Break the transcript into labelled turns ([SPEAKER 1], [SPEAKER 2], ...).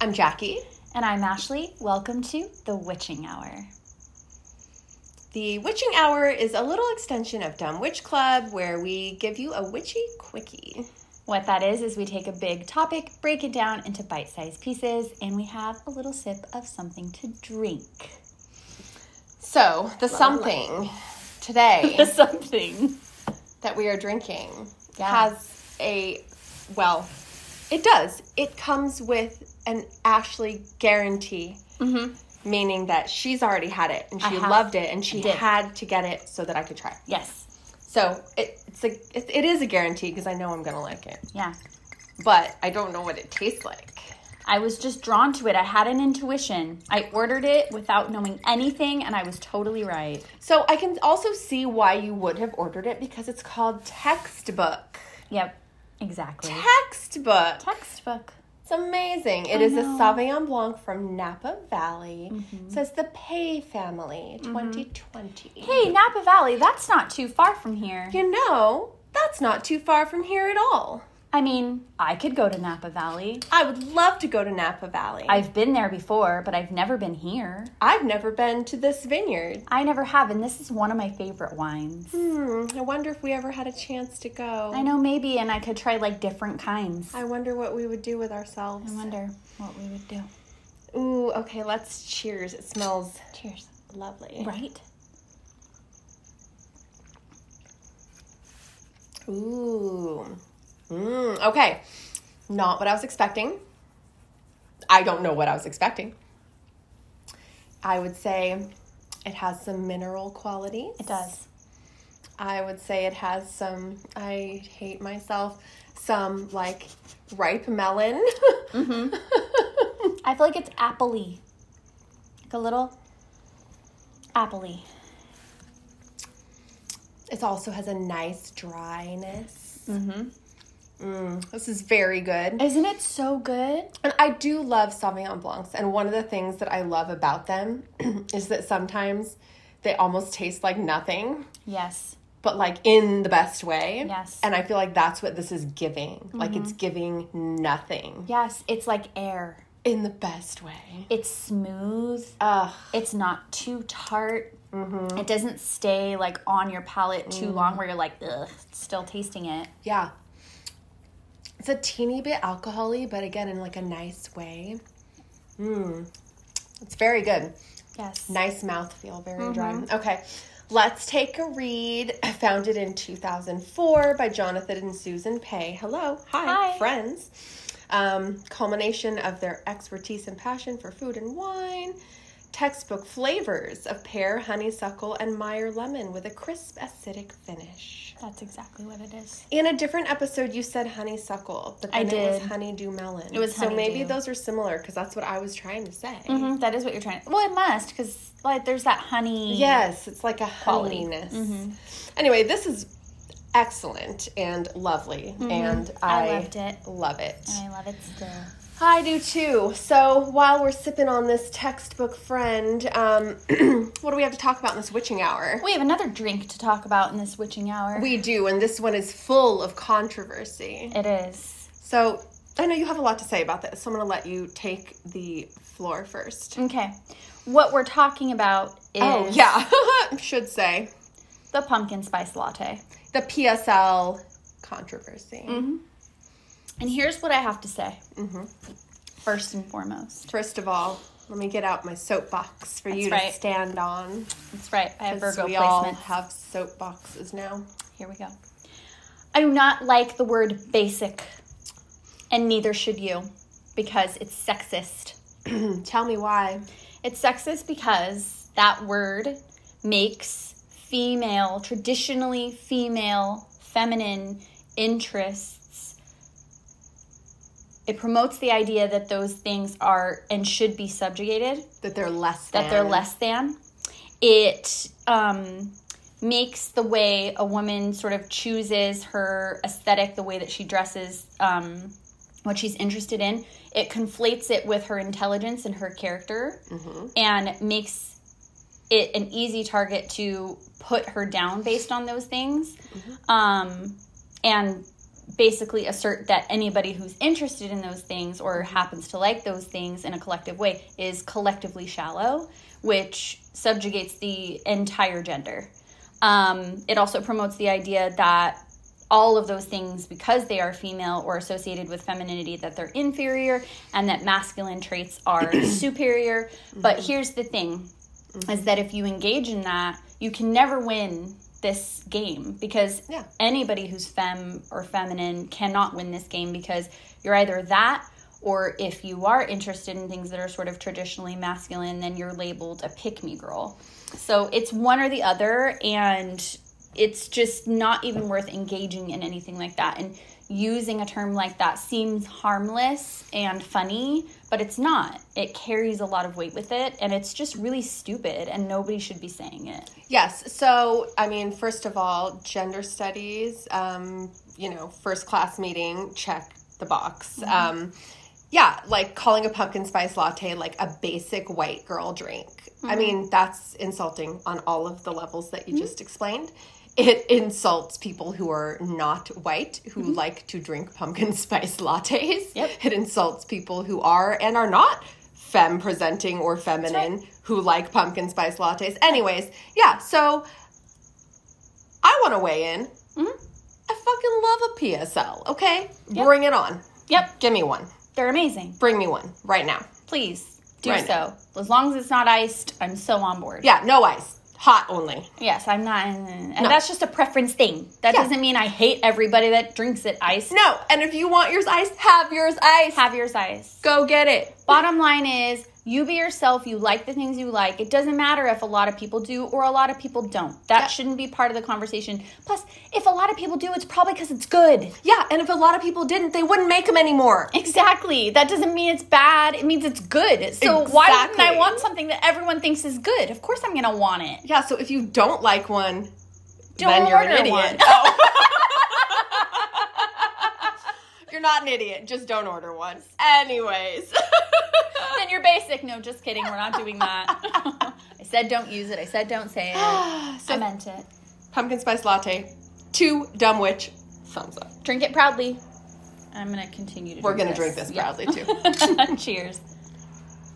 [SPEAKER 1] I'm Jackie.
[SPEAKER 2] And I'm Ashley. Welcome to The Witching Hour.
[SPEAKER 1] The Witching Hour is a little extension of Dumb Witch Club where we give you a witchy quickie.
[SPEAKER 2] What that is, is we take a big topic, break it down into bite sized pieces, and we have a little sip of something to drink.
[SPEAKER 1] So, the something today
[SPEAKER 2] something.
[SPEAKER 1] that we are drinking
[SPEAKER 2] Yeah.
[SPEAKER 1] has a, well, it does. It comes with an Ashley guarantee,
[SPEAKER 2] Mm-hmm.
[SPEAKER 1] meaning that she's already had it and
[SPEAKER 2] I
[SPEAKER 1] she
[SPEAKER 2] have-
[SPEAKER 1] loved it and she
[SPEAKER 2] did.
[SPEAKER 1] had to get it so that I could try.
[SPEAKER 2] Yes.
[SPEAKER 1] So, it, it's a, it, it is a guarantee because I know I'm going to like it,
[SPEAKER 2] Yeah.
[SPEAKER 1] but I don't know what it tastes like.
[SPEAKER 2] I was just drawn to it. I had an intuition. I ordered it without knowing anything, and I was totally right.
[SPEAKER 1] So I can also see why you would have ordered it because it's called textbook.
[SPEAKER 2] Yep. Exactly.
[SPEAKER 1] Textbook.
[SPEAKER 2] Textbook.
[SPEAKER 1] It's amazing. It
[SPEAKER 2] I
[SPEAKER 1] is a
[SPEAKER 2] know. Mm-hmm.
[SPEAKER 1] Sauvignon Blanc from Napa Valley. Says the Pay family, 2020.
[SPEAKER 2] Hey, Napa Valley, that's not too far from here.
[SPEAKER 1] you know that's not too far from here at all.
[SPEAKER 2] I mean, I could go to Napa Valley.
[SPEAKER 1] I would love to go to Napa Valley.
[SPEAKER 2] I've been there before, but I've never been here.
[SPEAKER 1] I've never been to this vineyard.
[SPEAKER 2] I never have, and this is one of my favorite wines.
[SPEAKER 1] Hmm. I wonder if we ever had a chance to go.
[SPEAKER 2] I know maybe, and I could try like different kinds. I
[SPEAKER 1] I wonder what we would do with ourselves.
[SPEAKER 2] wonder what we would do.
[SPEAKER 1] Ooh, okay, let's cheers. It smells
[SPEAKER 2] Cheers.
[SPEAKER 1] lovely.
[SPEAKER 2] Right?
[SPEAKER 1] Ooh. Mm, okay. Not what I was expecting. I don't know what I was expecting. I would say it has some mineral qualities.
[SPEAKER 2] It does.
[SPEAKER 1] I would say it has some, I hate myself, some like ripe melon.
[SPEAKER 2] Mm-hmm. I feel like it's appley. Like a little appley.
[SPEAKER 1] it also has a nice dryness.
[SPEAKER 2] Mm-hmm.
[SPEAKER 1] Mm, this is very good.
[SPEAKER 2] Isn't it so good?
[SPEAKER 1] And I do love Sauvignon Blancs. And one of the things that I love about them is that sometimes they almost taste like nothing,
[SPEAKER 2] Yes.
[SPEAKER 1] but like in the best way.
[SPEAKER 2] Yes.
[SPEAKER 1] And I feel like that's what this is giving. Like it's giving nothing
[SPEAKER 2] Yes, it's like air.
[SPEAKER 1] in the best way.
[SPEAKER 2] It's smooth.
[SPEAKER 1] Ugh.
[SPEAKER 2] It's not too tart. Mm-hmm. Mm. It doesn't stay like on your palate too long where you're like, ugh, still tasting it.
[SPEAKER 1] Yeah. It's a teeny bit alcoholy, but again, in like a nice way. Mmm. It's very good.
[SPEAKER 2] Yes.
[SPEAKER 1] Nice mouthfeel, very
[SPEAKER 2] Mm-hmm.
[SPEAKER 1] dry. Okay, let's take a read. Founded in 2004 by Jonathan and Susan Pay. Hello, hi,
[SPEAKER 2] Hi.
[SPEAKER 1] friends. Um, culmination of their expertise and passion for food and wine. Textbook flavors of pear, honeysuckle, and Meyer lemon with a crisp, acidic finish.
[SPEAKER 2] That's exactly what it is.
[SPEAKER 1] In a different episode, you said honeysuckle, but
[SPEAKER 2] I
[SPEAKER 1] then it was
[SPEAKER 2] did.
[SPEAKER 1] honeydew melon.
[SPEAKER 2] It was
[SPEAKER 1] so maybe
[SPEAKER 2] honeydew.
[SPEAKER 1] those are similar because that's what I was trying to say.
[SPEAKER 2] Mhm, that is what you're trying. Well, it must because like there's that honey.
[SPEAKER 1] Yes, it's like a
[SPEAKER 2] Quality. Mm-hmm.
[SPEAKER 1] honeyness. Anyway, this is excellent and lovely, and I,
[SPEAKER 2] Mm-hmm. I loved it.
[SPEAKER 1] Love it.
[SPEAKER 2] and I love it still.
[SPEAKER 1] I do too. So while we're sipping on this textbook friend, um, what do we have to talk about in this witching hour?
[SPEAKER 2] We have another drink to talk about in this witching hour.
[SPEAKER 1] We do, and this one is full of controversy.
[SPEAKER 2] it is
[SPEAKER 1] So I know you have a lot to say about this, so I'm going to let you take the floor first.
[SPEAKER 2] okay. What we're talking about is
[SPEAKER 1] Oh, yeah, should say
[SPEAKER 2] the pumpkin spice latte.
[SPEAKER 1] the PSL controversy.
[SPEAKER 2] Mm-hmm. And here's what I have to say. First and foremost,
[SPEAKER 1] First of all, let me get out my soapbox for you to
[SPEAKER 2] That's right.
[SPEAKER 1] stand on.
[SPEAKER 2] that's right. I have
[SPEAKER 1] 'cause
[SPEAKER 2] Virgo
[SPEAKER 1] we
[SPEAKER 2] placement.
[SPEAKER 1] all have soapboxes now.
[SPEAKER 2] Here we go. I do not like the word basic, and neither should you, because it's sexist.
[SPEAKER 1] Tell me why.
[SPEAKER 2] It's sexist because that word makes female, traditionally female, feminine interests. It promotes the idea that those things are and should be subjugated,
[SPEAKER 1] That they're less
[SPEAKER 2] that they're
[SPEAKER 1] than.
[SPEAKER 2] less than. It um, makes the way a woman sort of chooses her aesthetic, the way that she dresses, um, what she's interested in, it conflates it with her intelligence and her character and makes it an easy target to put her down based on those things. Um, and basically assert that anybody who's interested in those things or happens to like those things in a collective way is collectively shallow, which subjugates the entire gender. Um, it also promotes the idea that all of those things, because they are female or associated with femininity, that they're inferior and that masculine traits are superior. But here's the thing is that if you engage in that, you can never win this game because
[SPEAKER 1] Yeah.
[SPEAKER 2] anybody who's femme or feminine cannot win this game because you're either that or if you are interested in things that are sort of traditionally masculine, then you're labeled a pick me girl. So it's one or the other, and it's just not even worth engaging in anything like that. And using a term like that seems harmless and funny, but it's not. It carries a lot of weight with it, and it's just really stupid, and nobody should be saying it.
[SPEAKER 1] Yes. So, I mean, first of all, gender studies, um, you know, first class meeting, check the box. Um, yeah, like calling a pumpkin spice latte like a basic white girl drink. I mean, that's insulting on all of the levels that you just explained. It insults people who are not white who like to drink pumpkin spice lattes.
[SPEAKER 2] Yep.
[SPEAKER 1] It insults people who are and are not femme presenting or feminine who like pumpkin spice lattes. Anyways, yeah, so I want to weigh in. I fucking love a PSL, okay?
[SPEAKER 2] Yep.
[SPEAKER 1] Bring it on.
[SPEAKER 2] Yep,
[SPEAKER 1] Give me one.
[SPEAKER 2] they're amazing.
[SPEAKER 1] Bring me one right now.
[SPEAKER 2] Please do
[SPEAKER 1] Right.
[SPEAKER 2] so. As long as it's not iced, I'm so on board.
[SPEAKER 1] Yeah, no ice. Hot only.
[SPEAKER 2] Yes, I'm not. And that's just a preference thing. That
[SPEAKER 1] Yeah.
[SPEAKER 2] doesn't mean I hate everybody that drinks it iced.
[SPEAKER 1] No, and if you want yours iced, have yours iced.
[SPEAKER 2] Have yours iced.
[SPEAKER 1] Go get it.
[SPEAKER 2] Bottom line is, you be yourself. You like the things you like. It doesn't matter if a lot of people do or a lot of people don't. That
[SPEAKER 1] Yeah.
[SPEAKER 2] shouldn't be part of the conversation. Plus, if a lot of people do, it's probably because it's good.
[SPEAKER 1] Yeah, and if a lot of people didn't, they wouldn't make them anymore.
[SPEAKER 2] Exactly. That doesn't mean it's bad. It means it's good. So why wouldn't I
[SPEAKER 1] Exactly.
[SPEAKER 2] want something that everyone thinks is good? Of course, I'm gonna want it.
[SPEAKER 1] Yeah, so if you don't like one,
[SPEAKER 2] Don't
[SPEAKER 1] then you're an
[SPEAKER 2] order
[SPEAKER 1] idiot.
[SPEAKER 2] one. Oh.
[SPEAKER 1] You're not an idiot. Just don't order one. Anyways.
[SPEAKER 2] then you're basic. No, just kidding. We're not doing that. I said don't use it. I said don't say it. I
[SPEAKER 1] so
[SPEAKER 2] meant it.
[SPEAKER 1] pumpkin spice latte, two dumb witch thumbs up.
[SPEAKER 2] Drink it proudly. I'm gonna continue to.
[SPEAKER 1] We're
[SPEAKER 2] drink
[SPEAKER 1] gonna drink this
[SPEAKER 2] Yeah.
[SPEAKER 1] proudly,
[SPEAKER 2] Cheers.